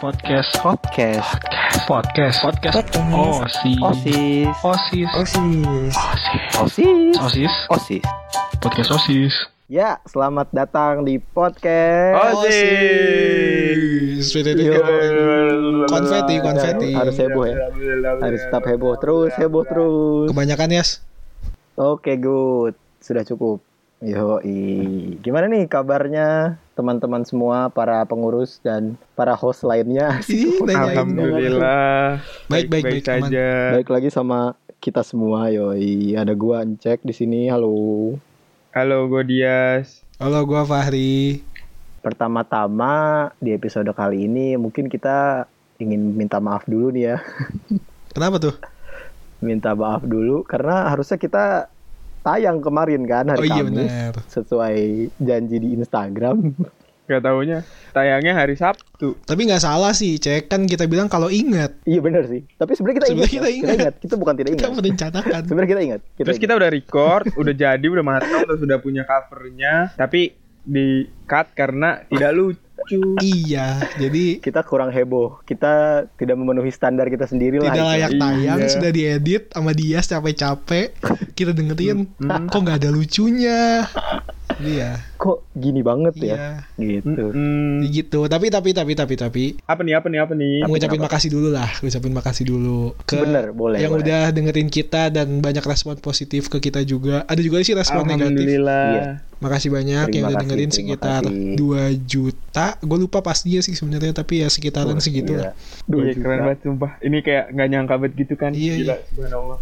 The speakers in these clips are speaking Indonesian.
podcast podcast podcast podcast Podcast. osis osis osis Osis. osis osis osis podcast osis ya selamat datang di Oh, podcast Osis. iya, Konfeti, konfeti. harus heboh iya. ya harus tetap heboh terus heboh terus Kebanyakan Yas. oke good sudah cukup Yoi, gimana nih kabarnya teman-teman semua, para pengurus dan para host lainnya? Ih, nanyain. Alhamdulillah. Baik, baik, baik, aman. saja. Baik lagi sama kita semua, yoi. Ada gua Encek di sini, halo. Halo, gue Dias. Halo, gua Fahri. Pertama-tama di episode kali ini mungkin kita ingin minta maaf dulu nih ya. Kenapa tuh? Minta maaf dulu karena harusnya kita tayang kemarin kan Oh hari iya Kamis benar. sesuai janji di Instagram. Gak taunya tayangnya hari Sabtu. Tapi nggak salah sih, cek kan kita bilang kalau ingat iya benar sih. Tapi sebenarnya kita ingat. Sebenarnya ya. kita ingat. Kita bukan tidak kita ingat. merencanakan. Sebenarnya kita ingat. Kita Terus kita ingat. udah record, udah jadi, udah matang, terus sudah punya covernya, tapi di cut karena tidak lucu. iya, jadi Kita kurang heboh. Kita tidak memenuhi standar kita sendiri lah. gitu. tidak layak Iya. tayang, sudah diedit sama Dias capek-capek. Kita dengerin, Hmm. kok nggak ada lucunya. Iya, Kok gini banget ya? iya. Gitu. Hmm, Gitu. Tapi tapi tapi tapi tapi apa nih? Apa nih? Apa nih? Iya, mengucapin kenapa? makasih dulu lah, ucapin makasih dulu ke Bener, boleh. yang boleh. udah dengerin kita dan banyak respon positif ke kita juga. Ada juga sih respon negatif. Alhamdulillah. Iya. Makasih banyak Terima yang udah kasih, dengerin terima sekitar kasih. 2 juta. Gue lupa pastinya sih sebenarnya tapi ya sekitaran Gila. segitu lah. Dua Iya, juta. keren banget sumpah. Ini kayak nggak nyangka banget gitu kan. Iya, Gila, iya. subhanallah.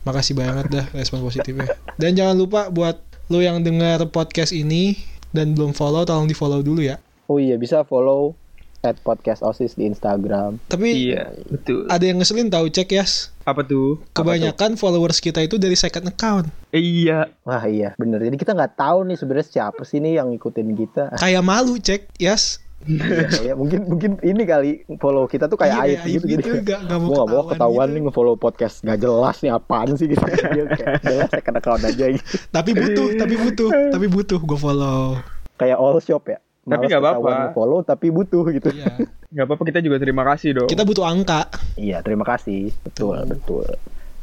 Makasih banget dah respon positifnya. Dan jangan lupa buat lo yang dengar podcast ini dan belum follow tolong di follow dulu ya. Oh iya bisa follow at podcast osis di Instagram. Tapi Iya, betul. ada yang ngeselin tahu cek Yas. Apa tuh? Kebanyakan followers kita itu dari second account. Eh, iya. Wah iya bener. Jadi kita nggak tahu nih sebenarnya siapa sih nih yang ngikutin kita. Kayak malu cek Yas. Iya, ya, mungkin mungkin ini kali follow kita tuh kayak Iya, aib aib gitu. gitu, Jadi, nggak- nggak mau gua nggak mau ketahuan ketahuan gitu. nih nge-follow podcast nggak jelas nih apaan sih gitu. Dia kayak jelas saya kena account aja gitu. Tapi butuh, tapi butuh, tapi butuh gue follow. Kayak all shop ya. Tapi nggak apa-apa. Follow tapi butuh gitu. Iya. Gak apa-apa kita juga terima kasih dong. Kita butuh angka. Iya, terima kasih. Betul, betul.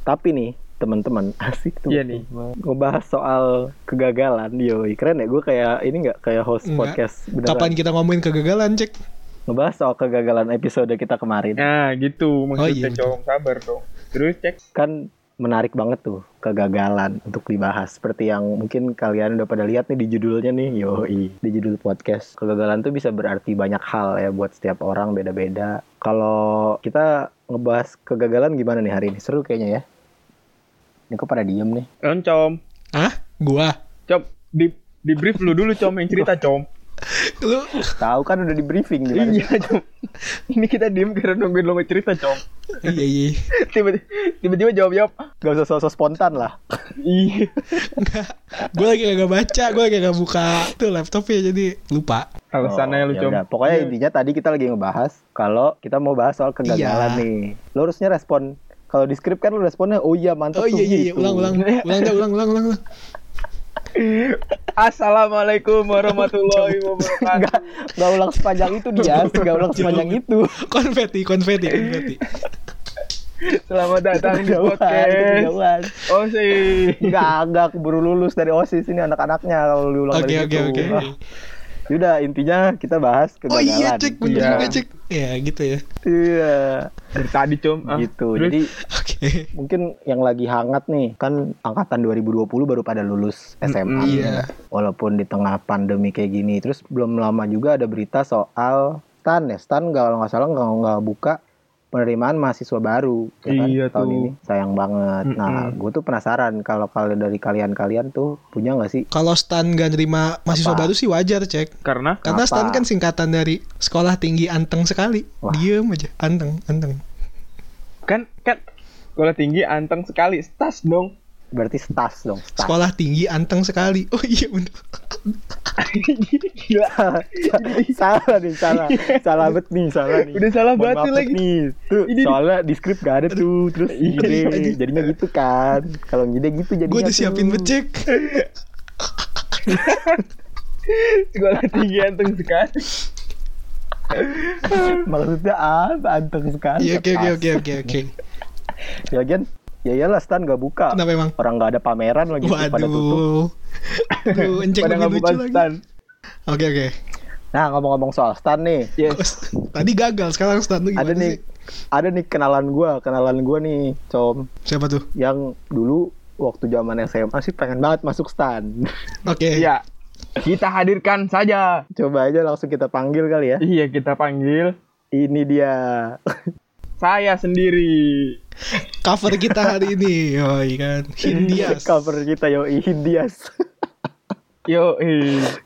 Tapi nih teman-teman asik tuh Iya nih. ngebahas soal kegagalan yoi keren ya gue kayak ini nggak kayak host Nggak. podcast beneran Kapan kita ngomongin kegagalan, Cek? ngebahas soal kegagalan episode kita kemarin Nah gitu Oh, maksudnya iya, betul. cowok sabar dong. Terus cek. kan menarik banget tuh kegagalan untuk dibahas seperti yang mungkin kalian udah pada lihat nih di judulnya nih yoi di judul podcast kegagalan tuh bisa berarti banyak hal ya buat setiap orang beda-beda kalau kita ngebahas kegagalan gimana nih hari ini seru kayaknya ya ini kok pada diem nih Loncom. Hah? Gua? Com, Kan, di di brief lu dulu com yang cerita com. Lu tahu kan udah di briefing gimana sih? iya com. Ini kita diem karena nungguin lo cerita com. iya iya. Tiba- Tiba-tiba jawab jawab. gak usah sosok spontan lah Iya. Enggak. Gua lagi kagak baca, gua lagi kagak buka tuh laptopnya jadi lupa. Alasannya Oh, lu com. yaudah. Pokoknya Iya. intinya tadi kita lagi ngebahas kalau kita mau bahas soal kegagalan Iya. nih. Lo harusnya respon kalau di skrip kan lo responnya oh iya mantap Oh tuh iya iya, iya. gitu. ulang ulang. Ulang dah, ulang ulang ulang. ulang. Assalamualaikum warahmatullahi wabarakatuh. Enggak, enggak ulang sepanjang itu dia, enggak ulang sepanjang itu. Konfeti, konfeti, konfeti. Selamat datang di Kejauhan, podcast. kejauhan. Oh sih. Enggak, enggak keburu lulus dari OSIS ini anak-anaknya kalau diulang Oke dari oke situ. oke. Ah, Yaudah, intinya kita bahas Oh kegagalan. iya, Cek, bener Iya. juga, Cek. Ya gitu ya. Iya, Dari tadi com. Ah, gitu. terus? Jadi Oke. mungkin yang lagi hangat nih kan angkatan 2020 baru pada lulus SMA Mm, iya. walaupun di tengah pandemi kayak gini terus belum lama juga ada berita soal STAN ya STAN nggak kalau nggak salah nggak nggak buka penerimaan mahasiswa baru ya kan, Iya tahun tuh. ini sayang banget nah Mm-mm. gue tuh penasaran kalau kalau dari kalian kalian tuh punya nggak sih Kalau Stan gak nerima mahasiswa Apa? baru sih wajar, Cek. karena Karena Apa? Stan kan singkatan dari sekolah tinggi anteng sekali. Wah. Diem aja, anteng, anteng. kan kan sekolah tinggi anteng sekali stas dong. berarti STAS dong STAS Sekolah tinggi anteng sekali. Oh iya bener. Iya. Gila. salah nih salah salah bet nih salah nih Udah salah Mohon banget maaf tuh lagi. nih tuh Ini- soalnya di skrip gak ada tuh terus ngide aduh. jadinya gitu kan kalau ngide gitu jadinya Gue tuh. udah Kan siapin becek. sekolah tinggi anteng sekali Maksudnya apa anteng sekali. Ah, Iya, oke, oke, oke, oke, oke. Ya kan? Ya iyalah stan gak buka. Kenapa emang? Orang gak ada pameran lagi pada tutup. Waduh. Aduh, enceng Pada lebih nggak lucu bukan lagi. stand. Oke, oke. Nah ngomong-ngomong soal stan nih, Yes. Tadi gagal, sekarang stand lu ada gimana nih, sih? ada nih kenalan gua, kenalan gua nih, com Siapa tuh? yang dulu waktu zaman SMA sih pengen banget masuk stan. Oke. Iya. Kita hadirkan saja. Coba aja langsung kita panggil kali ya. Iya, kita panggil Ini dia. saya sendiri. Cover kita hari ini. Oh, iya kan. Hindias. Cover kita yo Indias. Yo,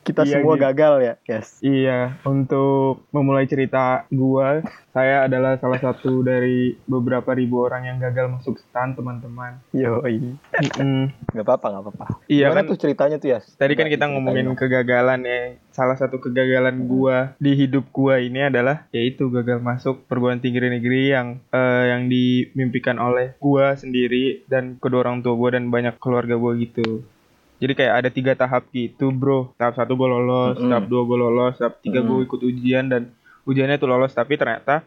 kita semua gagal ya. Yes. gitu. Iya, untuk memulai cerita gua, saya adalah salah satu dari beberapa ribu orang yang gagal masuk stan, teman-teman. Yo. Mm-mm. Gak apa-apa, gak apa-apa. Iya Gimana kan? tuh ceritanya tuh, ya? Yas? Tadi kan kita Coba diceritain ngomongin dong. kegagalan ya. Salah satu kegagalan gua di hidup gua ini adalah yaitu gagal masuk perguruan tinggi negeri yang eh, yang dimimpikan oleh gua sendiri dan kedua orang tua gua dan banyak keluarga gua gitu. Jadi kayak ada tiga tahap gitu, bro. Tahap satu gua lolos, Mm-mm. tahap dua gua lolos, tahap tiga gua ikut ujian dan ujiannya tuh lolos tapi ternyata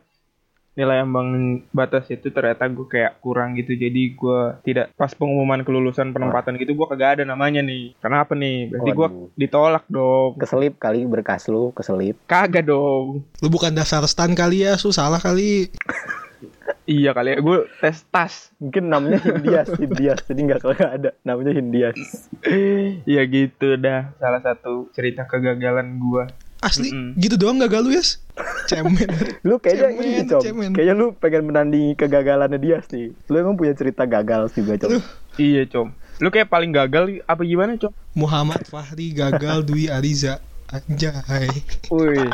nilai ambang batas itu ternyata gue kayak kurang gitu jadi gue tidak pas pengumuman kelulusan penempatan gitu gue kagak ada namanya nih kenapa nih berarti gue Waduh. ditolak dong keselip kali berkas lu, keselip. kagak dong Lu bukan daftar stand kali ya, su salah kali. iya kali ya gue tes tas Mungkin namanya Hindias, Hindias. Jadi nggak nggak ada. Namanya Hindias. ya gitu dah salah satu cerita kegagalan gue Asli, Mm-mm. gitu doang gagal lu, Yas? Cemen. Lu kayaknya Cemen, ini, Com. cemen. Kayaknya lu pengen menandingi kegagalannya dia sih. Lu emang punya cerita gagal juga, Com. iya com lu kayak paling gagal apa gimana com Muhammad Fahri gagal Dwi Ariza. Anjay. Wih,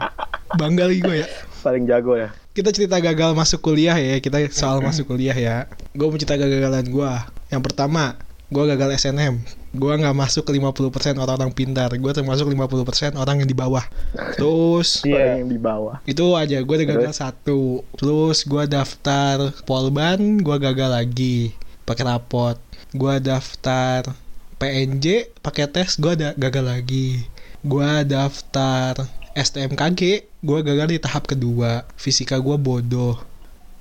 Bangga lagi gue ya. Paling jago ya. Kita cerita gagal masuk kuliah ya. Kita soal masuk kuliah ya. Gue mau cerita kegagalan gue. Yang pertama, gue gagal SNM. Gue nggak masuk ke 50% orang-orang pintar. Gue termasuk 50% orang yang di bawah. Terus Iya. Paling yang di bawah. itu aja gue gagal satu terus gue daftar polban gue gagal lagi pakai rapot gue daftar PNJ pakai tes gue ada gagal lagi gue daftar STMKG gue gagal di tahap kedua fisika gue bodoh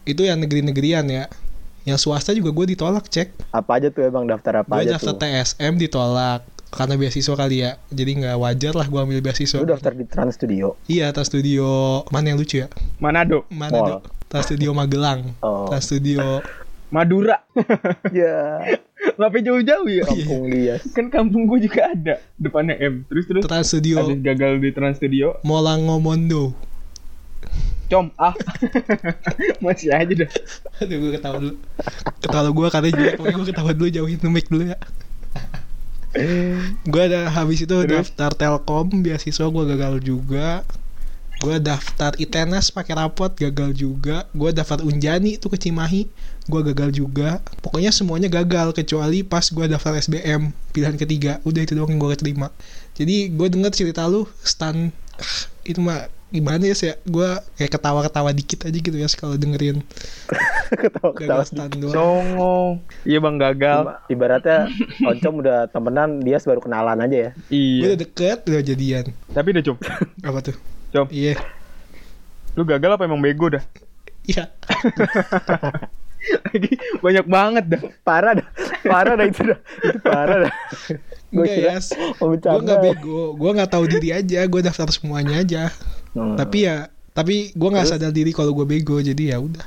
itu yang negeri-negerian ya yang swasta juga gue ditolak cek Apa aja tuh emang daftar apa gue aja daftar tuh? TSM ditolak karena beasiswa kali ya jadi nggak wajar lah gue ambil beasiswa Lu daftar di Trans Studio. iya atas studio mana yang lucu ya Manado, mana Mall. dok? Tas studio Magelang. Oh. Tas studio Madura, Iya. Ya, ngapain jauh-jauh ya? kampung dia. Kan kampung gue juga ada depannya M. Terus terus Trans Studio habis gagal di Trans Studio, Molangomondo. com ah masih aja dah Aduh gue ketawa dulu. Ketawa gue karena juga pokoknya gue ketawa dulu jauhin mic dulu ya. gue ada habis itu daftar Telkom beasiswa gue gagal juga. Gue daftar ITNS pakai rapot gagal juga. Gue daftar Unjani itu ke Cimahi gue gagal juga. Pokoknya semuanya gagal kecuali pas gue daftar SBM pilihan ketiga. Udah itu doang yang gue keterima. Jadi gue denger cerita lu stan Ah, itu mah gimana ya sih gue kayak ketawa-ketawa dikit aja gitu ya kalau dengerin Ketawa-ketawa. gagal stan doang songong iya bang gagal Ibaratnya Oncom udah temenan, dia baru kenalan aja ya. gue iya udah deket udah jadian tapi udah cum apa tuh cum iya lu gagal apa emang bego dah iya lagi banyak banget dah Parah dah, parah dah itu dah. Itu parah dah. Gue Enggak, kira Yas. mau gue bercanda. nggak bego gue nggak tahu diri aja gue daftar semuanya aja Hmm. tapi ya tapi gue nggak sadar diri kalau gue bego jadi ya udah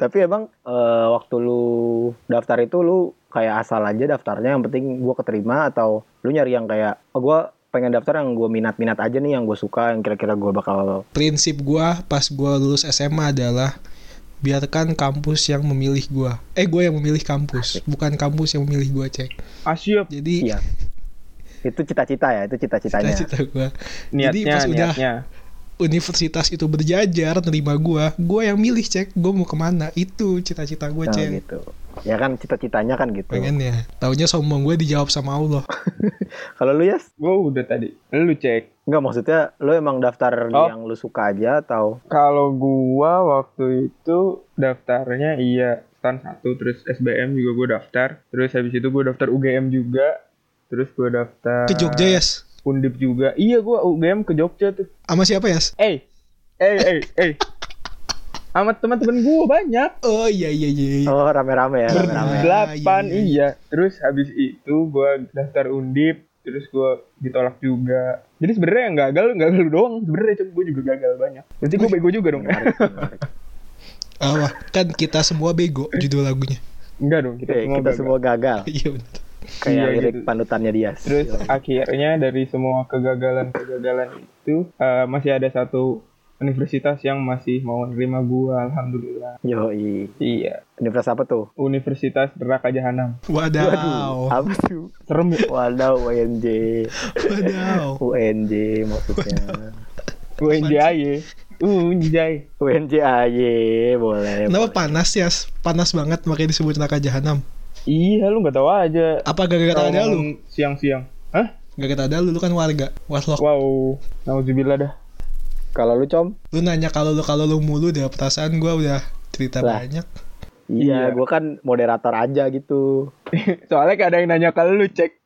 Tapi emang eh, waktu lu daftar itu lu kayak asal aja daftarnya yang penting gua keterima atau lu nyari yang kayak oh, gua pengen daftar yang gua minat-minat aja nih yang gue suka yang kira-kira gua bakal prinsip gua pas gua lulus SMA adalah biarkan kampus yang memilih gua. Eh gua yang memilih kampus, bukan kampus yang memilih gua cek. asyik Jadi iya itu cita-cita ya itu cita-citanya cita-cita gua. Jadi niatnya pas udah niatnya universitas itu berjajar nerima gua, gua yang milih cek. Gua mau kemana itu cita-cita gua Nah, cek. gitu ya kan cita-citanya kan gitu Pengennya. Taunya sombong gua dijawab sama Allah. kalau lu ya gue udah tadi lu cek Enggak maksudnya lu emang daftar Oh. yang lu suka aja atau kalau gua waktu itu daftarnya iya stan satu terus SBM juga gua daftar terus habis itu gua daftar UGM juga terus gua daftar Ke Jogja Yas. undip juga iya gua UGM ke Jogja tuh Sama siapa Yas? eh eh eh eh sama teman-teman gue banyak Oh iya iya iya. iya. Oh rame-rame ya, rame-rame. Rame. delapan Iya, iya, iya terus habis itu gue daftar undip terus gue ditolak juga jadi sebenarnya yang gagal gagal lu doang sebenarnya cuma gue juga gagal banyak berarti gue bego juga dong Menarik, menarik. Awah, kan kita semua bego judul lagunya. enggak dong kita Oke, semua Eh, kita gagal. semua gagal. Iya benar. Kayak Iya, lirik gitu. panutannya dia. Terus akhirnya dari semua kegagalan-kegagalan itu eh, masih ada satu universitas yang masih mau nerima gua alhamdulillah. Yoi. Iya, Universitas apa tuh? Universitas Neraka Jahanam. Wadaw. Apa tuh? Serem ya. Waduh, UNJ. Wadaw. UNJ maksudnya. Unjay. Uh, Unjay. UNJ aja boleh. boleh. Kenapa panas ya? Panas banget makanya disebut neraka jahanam. Iya, lu nggak tahu aja. Apa gara-gara ada lu? Ngomong Siang-siang. Hah? Gara-gara ada lu, lu kan warga. Warlock. Wow. Nauzubillah dah. Kalau lu com? Lu nanya kalau lu kalau lu mulu deh perasaan gua udah cerita Lah. banyak. Iya, Iya. gua kan moderator aja gitu. Soalnya gak ada yang nanya kalau lu cek.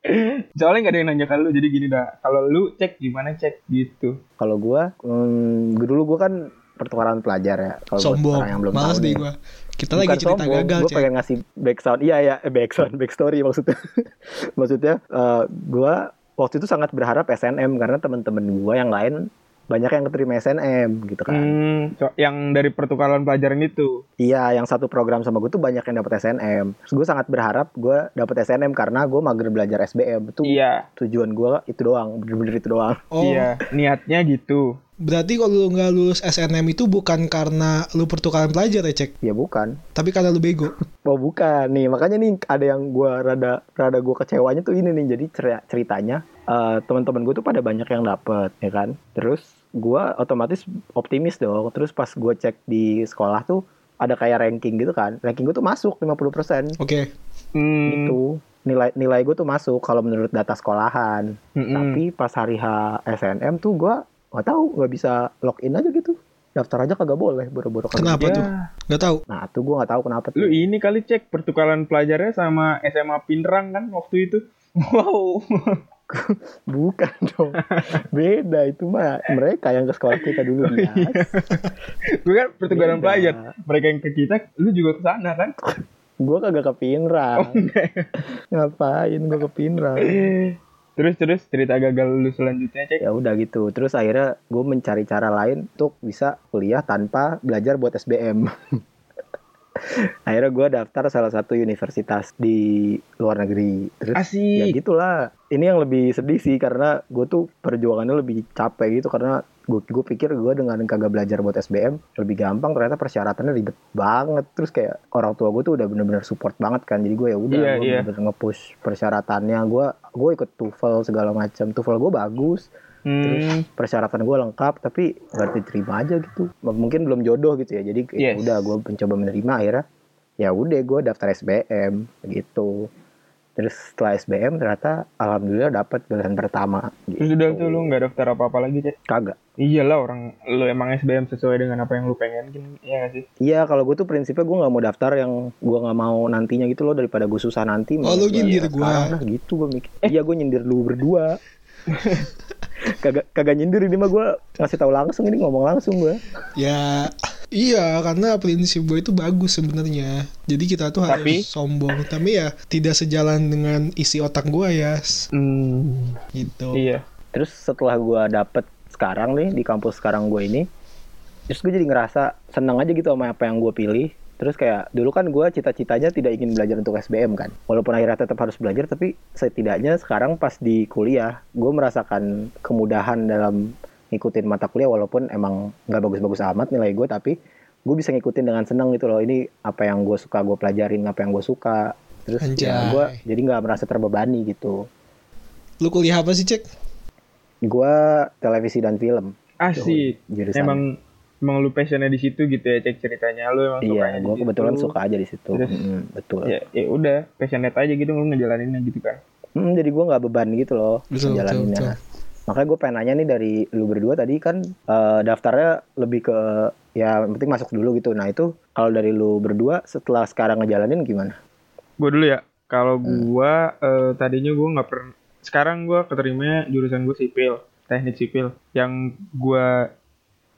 Soalnya gak ada yang nanya kalau lu. Jadi gini dah. Kalau lu cek gimana cek gitu. Kalau gua, hmm, gua dulu gua kan pertukaran pelajar ya. Kalau buat Sombong. orang yang belum Malas tahu deh nih. gua. Kita Bukan lagi cerita sombong, gagal, Gue Cek. pengen ngasih background. Iya ya, eh, background, backstory maksudnya. maksudnya eh, gue waktu itu sangat berharap SNM karena teman-teman gue yang lain banyak yang keterima SNM gitu kan. Hmm, so- yang dari pertukaran pelajaran itu. Iya, yang satu program sama gue tuh banyak yang dapat SNM. Terus gue sangat berharap gue dapat SNM karena gue mager belajar SBM. Itu Iya. tujuan gue itu doang, bener-bener itu doang. Oh, Iya, niatnya gitu. berarti kalau lu nggak lulus SNM itu bukan karena lu pertukaran pelajar ya, Cek. Ya bukan. Tapi karena lu bego. Oh bukan nih makanya nih ada yang gua rada rada gua kecewanya tuh ini nih jadi cer- ceritanya eh, teman-teman gue tuh pada banyak yang dapet ya kan terus gua otomatis optimis dong terus pas gua cek di sekolah tuh ada kayak ranking gitu kan ranking gue tuh masuk 50% Oke. Hmm, gitu nilai nilai gue tuh masuk kalau menurut data sekolahan mm-mm. tapi pas hari H SNM tuh gua nggak tahu nggak bisa login aja gitu daftar aja kagak boleh boro-boro kagak Kenapa Ya, tuh? Nggak tahu. nah tuh gua nggak tahu kenapa tuh Lu ini kali cek pertukaran pelajarnya sama SMA Pinrang kan waktu itu. Wow. Bukan dong. Beda itu mah. Mereka yang ke sekolah kita dulu. Dias. Gue kan pertukaran Beda. pelajar. Mereka yang ke kita, lu juga ke sana kan? Oh, Gue kagak ke Pinrang. Ngapain gue ke Pinrang? Terus terus cerita gagal lu selanjutnya cek. Ya udah gitu. Terus akhirnya gue mencari cara lain untuk bisa kuliah tanpa belajar buat SBM. akhirnya gue daftar salah satu universitas di luar negeri. Terus ya Asik. gitulah ini yang lebih sedih sih karena gue tuh perjuangannya lebih capek gitu karena gue gue pikir gue dengan kagak belajar buat SBM lebih gampang ternyata persyaratannya ribet banget terus kayak orang tua gue tuh udah bener-bener support banget kan jadi gue ya udah Iya, gue iya. bener-bener nge-push persyaratannya gue gue ikut TOEFL segala macam TOEFL gue bagus Hmm, persyaratan gue lengkap tapi nggak Ah. diterima aja gitu M- mungkin belum jodoh gitu ya jadi ya Yes. udah gue mencoba menerima akhirnya ya udah gue daftar SBM gitu terus setelah SBM ternyata alhamdulillah dapat pilihan pertama gitu. terus Hmm. udah tuh lu nggak daftar apa-apa lagi cek. kagak Iyalah orang lu emang SBM sesuai dengan apa yang lu pengen kan. Iya nggak sih? iya kalau gue tuh prinsipnya gue nggak mau daftar yang gue nggak mau nantinya gitu loh daripada gue susah nanti Oh, lu nyindir gua. gue Eh. nah, gitu gue mikir iya gue nyindir lu berdua kagak kagak nyindir ini mah gue ngasih tahu langsung ini ngomong langsung gue Ya iya karena prinsip gue itu bagus sebenarnya. Jadi kita tuh Tapi? harus sombong. Tapi ya tidak sejalan dengan isi otak gue ya. Hmm, Gitu. iya. Terus setelah gua dapet sekarang nih di kampus sekarang gue ini, terus gue jadi ngerasa seneng aja gitu sama apa yang gue pilih. Terus kayak dulu kan gua cita-citanya tidak ingin belajar untuk SBM kan, walaupun akhirnya tetap harus belajar, tapi setidaknya sekarang pas di kuliah gue merasakan kemudahan dalam ngikutin mata kuliah walaupun emang nggak bagus-bagus amat nilai gue, tapi gue bisa ngikutin dengan senang gitu loh. Ini apa yang gue suka gue pelajarin, apa yang gue suka. Terus ya Anjay. gue jadi nggak merasa terbebani gitu. Lu kuliah apa sih cek? Iya. Gua televisi dan film. Asik. Iya, jurusan. Emang emang lu passionnya di situ gitu ya cek ceritanya. Lu emang sukanya iya, di gue situ. kebetulan suka aja di situ. gitu. Terus- Mm, betul. ya, ya udah passionate aja gitu lu ngejalaninnya gitu kan Mm, jadi gue nggak beban gitu loh Betul, jalaninnya. Makanya gue pengen nanya nih dari lu berdua tadi kan eh, daftarnya lebih ke ya yang penting masuk dulu gitu. Nah itu kalau dari lu berdua setelah sekarang ngejalanin gimana? gue dulu ya kalau gua eh, tadinya gua nggak pernah sekarang gua keterima jurusan gue sipil teknik sipil yang gua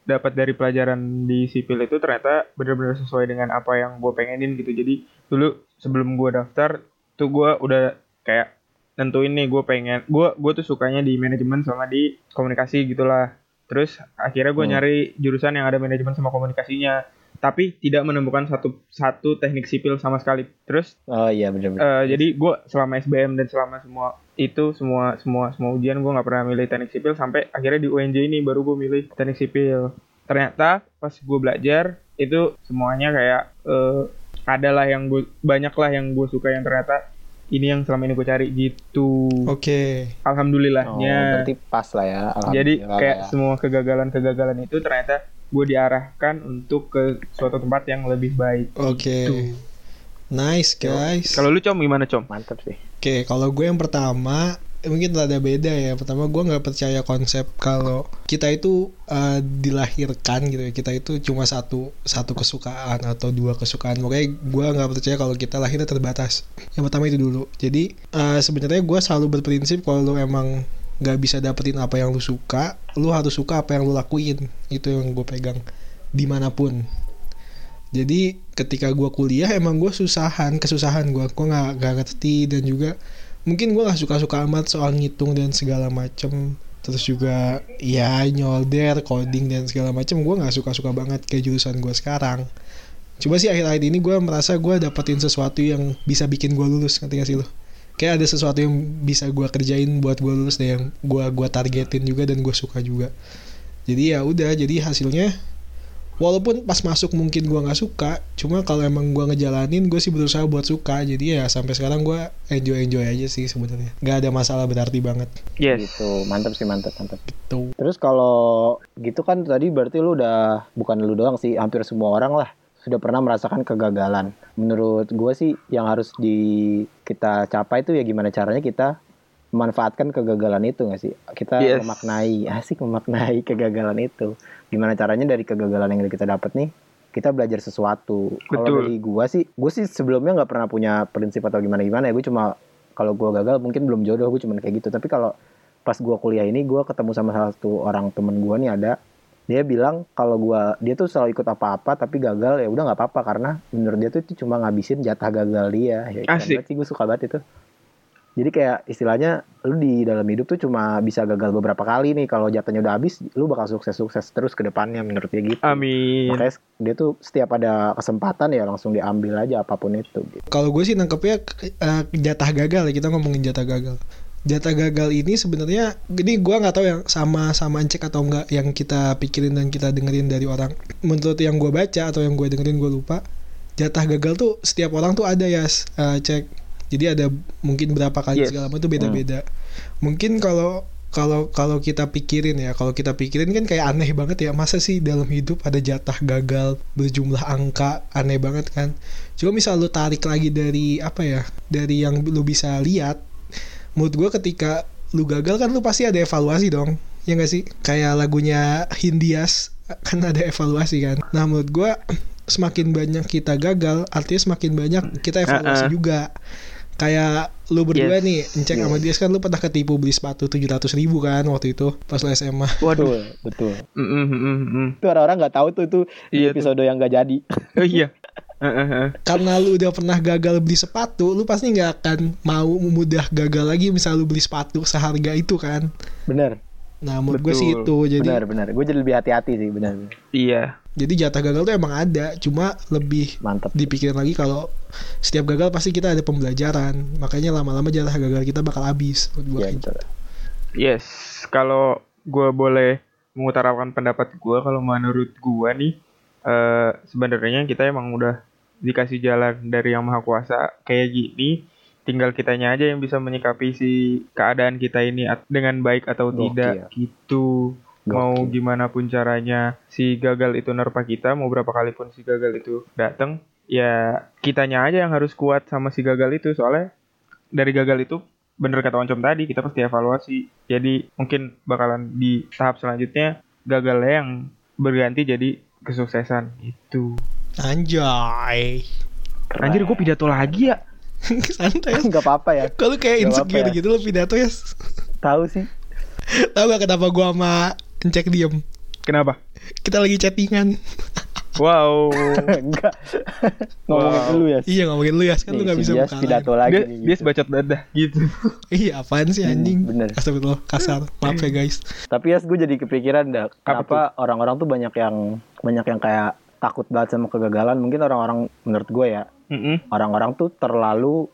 dapat dari pelajaran di sipil itu ternyata benar-benar sesuai dengan apa yang gue pengenin gitu jadi dulu sebelum gue daftar tuh gue udah kayak nentuin nih gue pengen gue gue tuh sukanya di manajemen sama di komunikasi gitulah terus akhirnya gue nyari jurusan yang ada manajemen sama komunikasinya tapi tidak menemukan satu satu teknik sipil sama sekali terus Oh iya benar-benar. Eh, jadi gue selama SBM dan selama semua itu semua semua semua ujian gue nggak pernah milih teknik sipil sampai akhirnya di UNJ ini baru gue milih teknik sipil ternyata pas gue belajar itu semuanya kayak eh, ada lah yang gue banyak lah yang gue suka yang ternyata ini yang selama ini gue cari gitu Oke. oh, alhamdulillahnya berarti pas lah ya. Iya. jadi alhamdulillah kayak lah ya. semua kegagalan-kegagalan itu ternyata gue diarahkan untuk ke suatu tempat yang lebih baik Oke. Gitu. Nice guys. kalau lu com gimana com mantap sih. Oke, kalau gue yang pertama eh, mungkin rada beda ya. Pertama gue nggak percaya konsep kalau kita itu eh, dilahirkan gitu ya. Kita itu cuma satu satu kesukaan atau dua kesukaan. Pokoknya gue nggak percaya kalau kita lahirnya terbatas. Yang pertama itu dulu. Jadi eh, sebenarnya gue selalu berprinsip kalau emang nggak bisa dapetin apa yang lu suka, lu harus suka apa yang lu lakuin. Itu yang gue pegang dimanapun. Jadi ketika gua kuliah emang gue susahan, kesusahan gua Gue nggak nggak ngerti dan juga mungkin gua nggak suka-suka amat soal ngitung dan segala macem. Terus juga ya nyolder, coding dan segala macem. Gue nggak suka-suka banget kayak jurusan gue sekarang. Coba sih akhir-akhir ini gua merasa gua dapetin sesuatu yang bisa bikin gua lulus ngerti gak sih lo? Kayak ada sesuatu yang bisa gua kerjain buat gua lulus deh yang gua gua targetin juga dan gue suka juga. Jadi ya udah, jadi hasilnya walaupun pas masuk mungkin gua nggak suka cuma kalau emang gua ngejalanin gue sih berusaha buat suka jadi ya sampai sekarang gua enjoy enjoy aja sih sebenarnya nggak ada masalah berarti banget yes Gitu, mantap sih, mantap, mantap. tuh Terus kalau gitu kan tadi berarti lu udah bukan lu doang sih, hampir semua orang lah sudah pernah merasakan kegagalan. Menurut gue sih yang harus di kita capai itu ya gimana caranya kita memanfaatkan kegagalan itu nggak sih? Kita Yes. memaknai, asik memaknai kegagalan itu. Gimana caranya dari kegagalan yang kita dapat nih kita belajar sesuatu. Kalau Betul. dari gua sih, gue sih sebelumnya nggak pernah punya prinsip atau gimana gimana ya. Gue cuma kalau gua gagal mungkin belum jodoh gue cuman kayak gitu. Tapi kalau pas gua kuliah ini gua ketemu sama salah satu orang temen gua nih ada dia bilang kalau gua dia tuh selalu ikut apa-apa tapi gagal ya udah nggak apa-apa karena menurut dia tuh itu cuma ngabisin jatah gagal dia ya, keren Asik. banget sih gue suka banget itu jadi kayak istilahnya lu di dalam hidup tuh cuma bisa gagal beberapa kali nih kalau jatahnya udah habis lu bakal sukses sukses terus ke depannya menurut dia gitu amin makanya dia tuh setiap ada kesempatan ya langsung diambil aja apapun itu gitu. kalau gue sih nangkepnya ke- eh, jatah gagal ya kita ngomongin jatah gagal jatah gagal ini sebenarnya ini gua nggak tahu yang sama sama cek atau enggak yang kita pikirin dan kita dengerin dari orang menurut yang gua baca atau yang gue dengerin gue lupa jatah gagal tuh setiap orang tuh ada ya s- eh, cek jadi ada mungkin berapa kali Yes. segala macam itu beda-beda mungkin kalau kalau kalau kita pikirin ya kalau kita pikirin kan kayak aneh banget ya masa sih dalam hidup ada jatah gagal berjumlah angka aneh banget kan cuma misal lu tarik lagi dari apa ya dari yang lu bisa lihat menurut gue ketika lu gagal kan lu pasti ada evaluasi dong ya gak sih kayak lagunya Hindias kan ada evaluasi kan nah menurut gue semakin banyak kita gagal artinya semakin banyak kita evaluasi Uh-uh. juga kayak lu berdua Yes. nih Enceng sama Iya. Dias kan lu pernah ketipu beli sepatu 700 ribu kan waktu itu pas lu SMA waduh betul betul Mm, mm, mm, mm. itu orang-orang nggak tahu tuh itu di Iya tuh. episode yang nggak jadi Oh iya. Heeh, heeh. karena lu udah pernah gagal beli sepatu lu pasti nggak akan mau mudah gagal lagi misal lu beli sepatu seharga itu kan bener nah menurut gue sih itu Betul. jadi benar benar gue jadi lebih hati-hati sih benar benar. Iya. jadi jatah gagal tuh emang ada cuma lebih mantap dipikirin lagi kalau setiap gagal pasti kita ada pembelajaran makanya lama-lama jatah gagal kita bakal habis menurut gue ya betul Yes. Kalau gue boleh mengutarakan pendapat gue, kalau menurut gue nih, eh sebenarnya kita emang udah dikasih jalan dari yang maha kuasa kayak gini. Tinggal kitanya aja yang bisa menyikapi si keadaan kita ini at- dengan baik atau Gokil. tidak gitu. Mau Gokil. gimana pun caranya si gagal itu nerpa kita, mau berapa kali pun si gagal itu datang, ya kitanya aja yang harus kuat sama si gagal itu soalnya dari gagal itu bener kata Oncom tadi kita pasti evaluasi jadi mungkin bakalan di tahap selanjutnya gagalnya yang berganti jadi kesuksesan Gitu. itu anjay anjir gue pidato lagi ya santai nggak apa-apa ya kalau kayak Gak apa-apa insecure ya. gitu lo pidato ya tahu sih tau gak kenapa gue sama Encek diem kenapa Kita lagi chattingan. Wow. Enggak. Ngomongin Wow. dulu ya. iya ngomongin lu ya, kan lu Nih, gak si bisa Dias buka pidato lagi dia, nih, dia gitu. sebacot dadah gitu. Iya apaan sih anjing? bener. Astagfirullah, kasar. Maaf ya guys. Tapi ya gue jadi kepikiran dah kenapa orang-orang tuh banyak yang banyak yang kayak takut banget sama kegagalan. Mungkin orang-orang menurut gue ya, Mm-mm. orang-orang tuh terlalu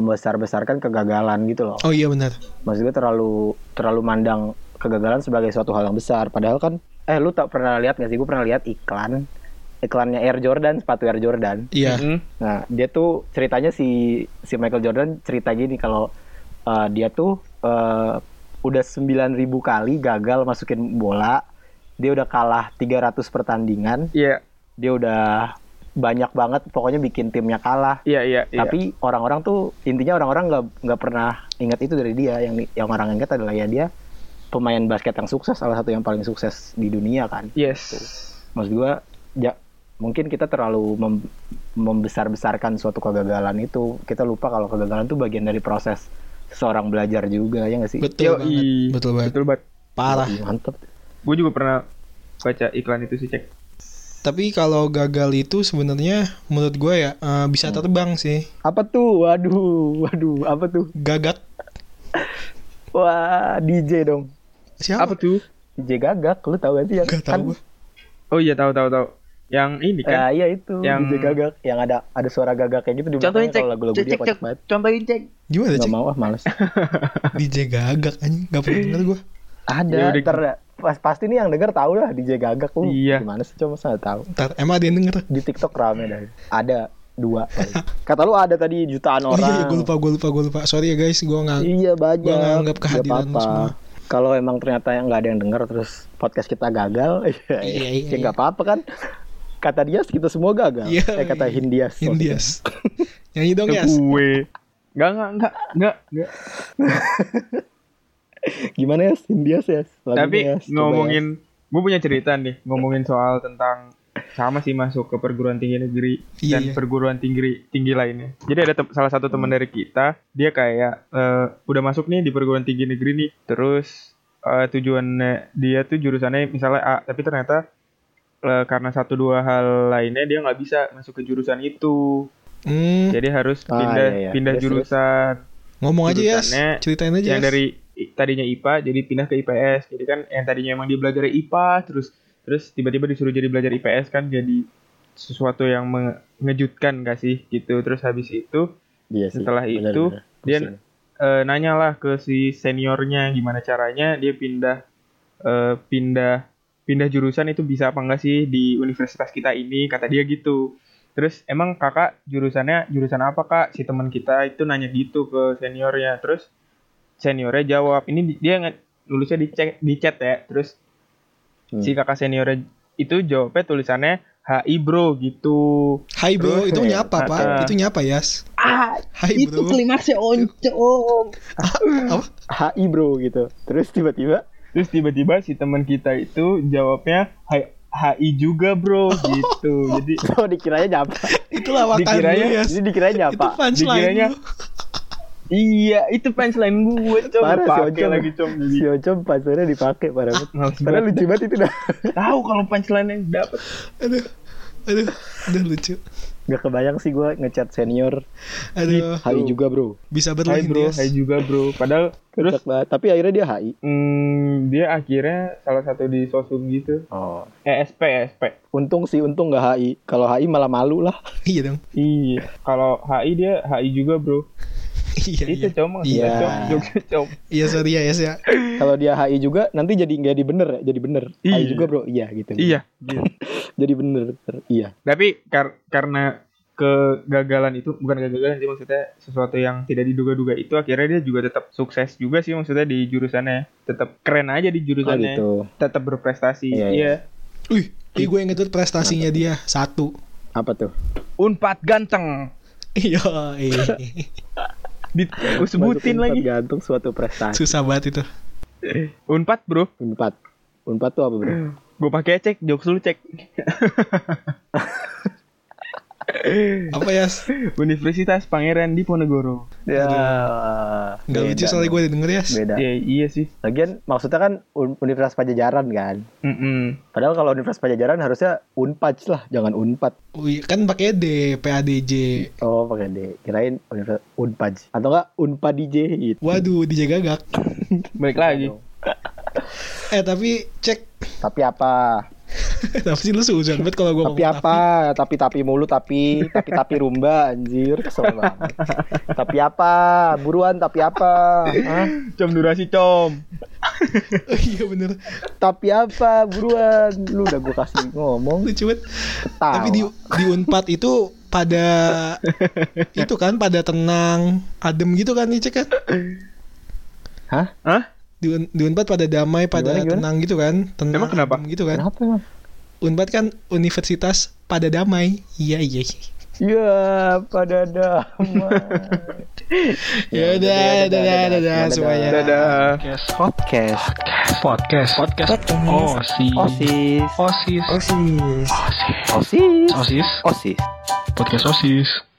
membesar-besarkan kegagalan gitu loh. Oh iya benar. Maksud gue terlalu terlalu mandang kegagalan sebagai suatu hal yang besar. Padahal kan eh lu tak pernah lihat gak sih? Gue pernah lihat iklan iklannya Air Jordan, sepatu Air Jordan. Iya. Mm-mm. Nah, dia tuh ceritanya si si Michael Jordan cerita gini kalau uh, dia tuh uh, udah 9000 kali gagal masukin bola. Dia udah kalah 300 pertandingan, Iya, dia udah banyak banget pokoknya bikin timnya kalah. iya, iya, iya. Tapi orang-orang tuh intinya orang-orang nggak nggak pernah ingat itu dari dia. Yang yang orang ingat adalah ya dia pemain basket yang sukses, salah satu yang paling sukses di dunia kan yes. maksud gua ya mungkin kita terlalu mem- membesar-besarkan suatu kegagalan itu kita lupa kalau kegagalan itu bagian dari proses seseorang belajar juga ya nggak sih Betul Yoi. banget. Betul banget. Betul banget. Parah. Ih, mantep Gue juga pernah baca iklan itu sih cek. Tapi kalau gagal itu sebenarnya menurut gue ya eh, bisa terbang sih. apa tuh waduh waduh apa tuh Gagak. wah DJ dong Siapa? Apa tuh? DJ gagak lu tahu gak sih yang Gak kan tahu gue. Oh iya tahu tahu tahu. Yang ini Ya, kan. iya itu Yang- DJ gagak yang ada ada suara gagak kayak gitu di Contohnya belakangnya cek, kalau lagu-lagu cek, dia cek, kocak cek. banget Contohnya cek. Gimana nggak cek? mau ah males DJ gagak anjing. Gak pernah denger gue. Ya ada udah. ntar gitu. pas- pasti nih yang denger tahu lah DJ gagak lu Iya. gimana sih cuma saya tahu Ntar emang ada yang denger. di TikTok rame dah. Ada dua. kali. Kata lu ada tadi jutaan Oh orang. iya, gue lupa, gue lupa, gue lupa. Sorry ya guys, gue nggak. Iya, banyak. Gua nganggap Nggak kehadiran lu apa-apa. semua. Kalau emang ternyata yang nggak ada yang dengar terus podcast kita gagal, iya, Iya, iya, iya, ya nggak apa-apa kan? Kata Dias kita semua gagal. Iya, eh kata iya. Hindias. Indias. Nyanyi dong Ke ya. gue. Enggak enggak enggak enggak. enggak. Gimana ya Hindias ya? Tapi ngomongin gue punya cerita nih ngomongin soal tentang sama sih masuk ke perguruan tinggi negeri Iya, dan iya. perguruan tinggi tinggi lainnya. Jadi ada tem- salah satu Hmm. teman dari kita, dia kayak eh, udah masuk nih di perguruan tinggi negeri nih. Terus eh, tujuannya dia tuh jurusannya misalnya A, tapi ternyata eh, karena satu dua hal lainnya dia nggak bisa masuk ke jurusan itu. Hmm, Jadi harus Ah, pindah iya, iya. pindah Terus, jurusan. ngomong aja ya. jurusannya Ceritain aja yang ya. dari i- tadinya IPA jadi pindah ke IPS jadi kan yang tadinya emang dia belajar IPA terus terus tiba-tiba disuruh jadi belajar IPS kan jadi sesuatu yang menge- mengejutkan gak sih gitu terus habis itu Iya sih, setelah benar, itu benar. dia Pusing. eh, nanya lah ke si seniornya gimana caranya dia pindah eh, pindah pindah jurusan itu bisa apa enggak sih di universitas kita ini kata dia gitu terus emang kakak jurusannya jurusan apa kak si teman kita itu nanya gitu ke seniornya terus seniornya jawab ini di- dia nge- nulisnya di chat di chat ya terus Hmm. si kakak seniornya itu jawabnya tulisannya HI bro gitu Hai bro, itu Terus, nyapa nah, pak? nah. Itu nyapa yas. Ah, Hai itu bro. klimaksnya oncom. Apa? HI bro gitu. Terus tiba-tiba Terus tiba-tiba si teman kita itu jawabnya "Hai- HI juga bro gitu. Jadi oh dikiranya nyapa. Itu lawakan lu Dikiranya- yas. Jadi dikiranya Itu nyapa. punchline Dikiranya- lu. iya itu punchline gue com Parah si pakai Ocom. lagi com jadi Si Ocom pasurnya dipakai parah banget. males Padahal banget. lucu banget itu dah. Tahu kalau punchline yang dapat. Aduh, aduh, aduh lucu. Gak kebayang sih gue ngechat senior. Aduh, HI juga bro. bisa Hai berlain bro, dia. hai juga bro. Padahal terus Kocak banget. Tapi akhirnya dia HI. hmm, dia akhirnya salah satu di sosum gitu. Oh. ESP, ESP. Untung sih, untung gak HI. Kalau HI malah malu lah. Iya dong. Iya. Kalau HI dia HI juga bro. Iya, Itu iya. com Iya. com Jogja com. Iya sorry ya yas ya. Kalau dia HI juga, nanti jadi nggak jadi bener ya. Jadi bener. Iya. HI juga bro. Iya gitu. Iya. gitu. Jadi bener. Iya. Tapi kar- karena kegagalan itu bukan kegagalan sih maksudnya sesuatu yang tidak diduga-duga itu akhirnya dia juga tetap sukses juga sih maksudnya di jurusannya tetap keren aja di Oh jurusannya gitu. tetap berprestasi Iya, iya iya. Wih, eh, ih, gue inget tuh prestasinya dia satu. Apa tuh? unpad ganteng Iya, iya. di, gua sebutin Masuk lagi Unpad gantung suatu prestasi. susah banget itu. unpad bro Unpad. Unpad tuh apa bro? gue pakai cek jokes lu cek Apa ya? Universitas Pangeran Diponegoro. Ya. Gak beda lucu soalnya dong. gue denger ya. Beda. Ya iya sih. Lagian maksudnya kan Un- Universitas Pajajaran kan. Mm-mm. Padahal kalau Universitas Pajajaran harusnya Unpad lah, jangan Unpad. Oh iya, kan pakai D, PADJ. Oh, pakai D. Kirain Universitas Unpad. Atau enggak Unpadij gitu. Waduh, DJ gagak. Balik lagi. Eh tapi cek, Tapi apa? tapi sih lu suzon banget kalau gue tapi apa? Tapi tapi mulu tapi tapi tapi rumba anjir kesel banget. tapi apa? Buruan tapi apa? Hah? Com durasi com. Oh, iya bener, Tapi apa? Buruan. Lu udah gue kasih ngomong. lucu banget. Ketawa. Tapi di di Unpad itu pada itu kan pada tenang, adem gitu kan nih cek kan. Hah? Hah? Di, Un- di Unpad pada damai, pada Gimana, gimana? tenang gitu kan. Tenang, Emang kenapa? adem gitu kan. Kenapa emang? Unpad kan universitas pada damai. Iya iya. iya. Ya, pada damai. Ya Ya, dadah, udah, dadah, dadah, dadah, dadah. semuanya. Dadah. Podcast. Podcast. Podcast. Podcast. Oh, Osis. Oh, Osis. Osis. Osis. Osis. Osis. Osis. Podcast osis.